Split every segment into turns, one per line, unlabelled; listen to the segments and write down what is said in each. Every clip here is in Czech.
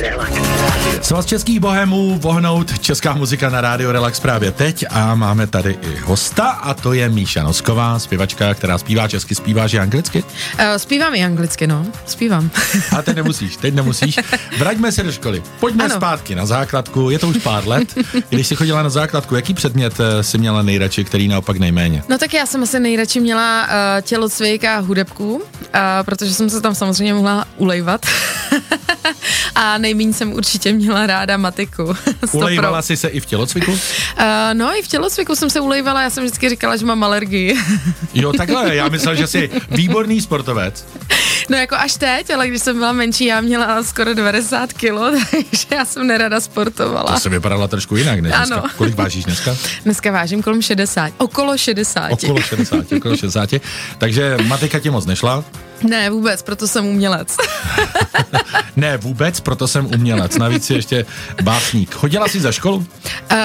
Relax.
Svaz českých bohemů, vohnout česká muzika na rádio Relax právě teď a máme tady i hosta a to je Míša Nosková, zpěvačka, která zpívá česky, zpíváš i anglicky?
Uh, zpívám i anglicky, no, zpívám.
A teď nemusíš, teď nemusíš. Vraťme se do školy. Pojďme ano. zpátky na základku, je to už pár let. Když jsi chodila na základku, jaký předmět si měla nejradši, který naopak nejméně?
No tak já jsem asi nejradši měla uh, tělocvik a hudebku, uh, protože jsem se tam samozřejmě mohla ulejvat. a nejméně jsem určitě měla ráda matiku.
Ulejvala jsi se i v tělocviku? Uh,
no i v tělocviku jsem se ulejvala, já jsem vždycky říkala, že mám alergii.
jo, takhle, já myslel, že jsi výborný sportovec.
No jako až teď, ale když jsem byla menší, já měla skoro 90 kilo, takže já jsem nerada sportovala.
To se vypadala trošku jinak, ne? Dneska. Ano. Kolik vážíš dneska?
Dneska vážím kolem 60, okolo 60.
Okolo 60, okolo 60. takže matika ti moc nešla?
Ne, vůbec, proto jsem umělec.
ne, vůbec, proto jsem umělec. Navíc je ještě básník. Chodila jsi za školu?
Uh,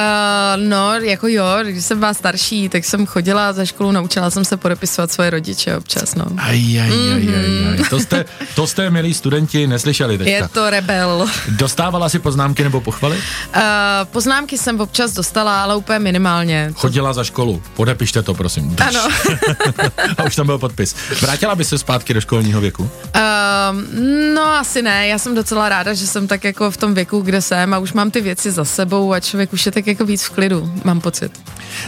no, jako jo, když jsem byla starší, tak jsem chodila za školu, naučila jsem se podepisovat svoje rodiče občas, no.
Aj, aj, mm-hmm. aj, aj, aj. To, jste, to jste, milí studenti, neslyšeli teďka.
Je to rebel.
Dostávala si poznámky nebo pochvaly?
Uh, poznámky jsem občas dostala, ale úplně minimálně.
Chodila za školu, podepište to, prosím.
Drž. Ano.
A už tam byl podpis. Vrátila by se zpátky do školního věku?
Um, Eh, no asi ne, já jsem docela ráda, že jsem tak jako v tom věku, kde jsem a už mám ty věci za sebou a člověk už je tak jako víc v klidu, mám pocit.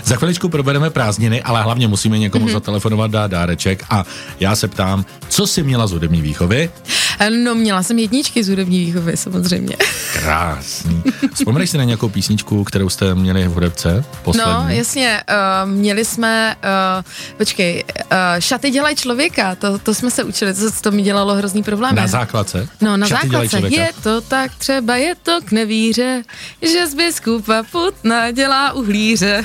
Za chviličku probereme prázdniny, ale hlavně musíme někomu
Mhm.
mm-hmm. zatelefonovat, dát dáreček a já se ptám, co jsi měla z hudební výchovy?
No měla jsem jedničky z hudební výchovy samozřejmě.
Krásný. Vzpomeneš si na nějakou písničku, kterou jste měli v hudebce? Poslední?
No jasně, uh, měli jsme, uh, počkej, uh, šaty dělají člověka, to, to jsme se učili, to, to mi dělalo hrozný problém.
Na základce?
No, na Šaty základce. Je to tak, třeba je to k nevíře, že z biskupa putna dělá uhlíře.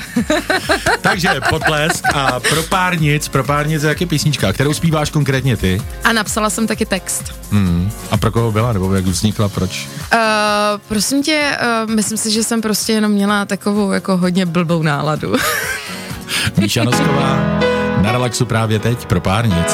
Takže potlesk a pro pár nic, pro pár nic, jak je písnička, kterou zpíváš konkrétně ty?
A napsala jsem taky text.
Hmm. A pro koho byla, nebo jak vznikla, proč?
Uh, prosím tě, uh, myslím si, že jsem prostě jenom měla takovou jako hodně blbou náladu.
Míša Nosková, na relaxu právě teď pro pár nic.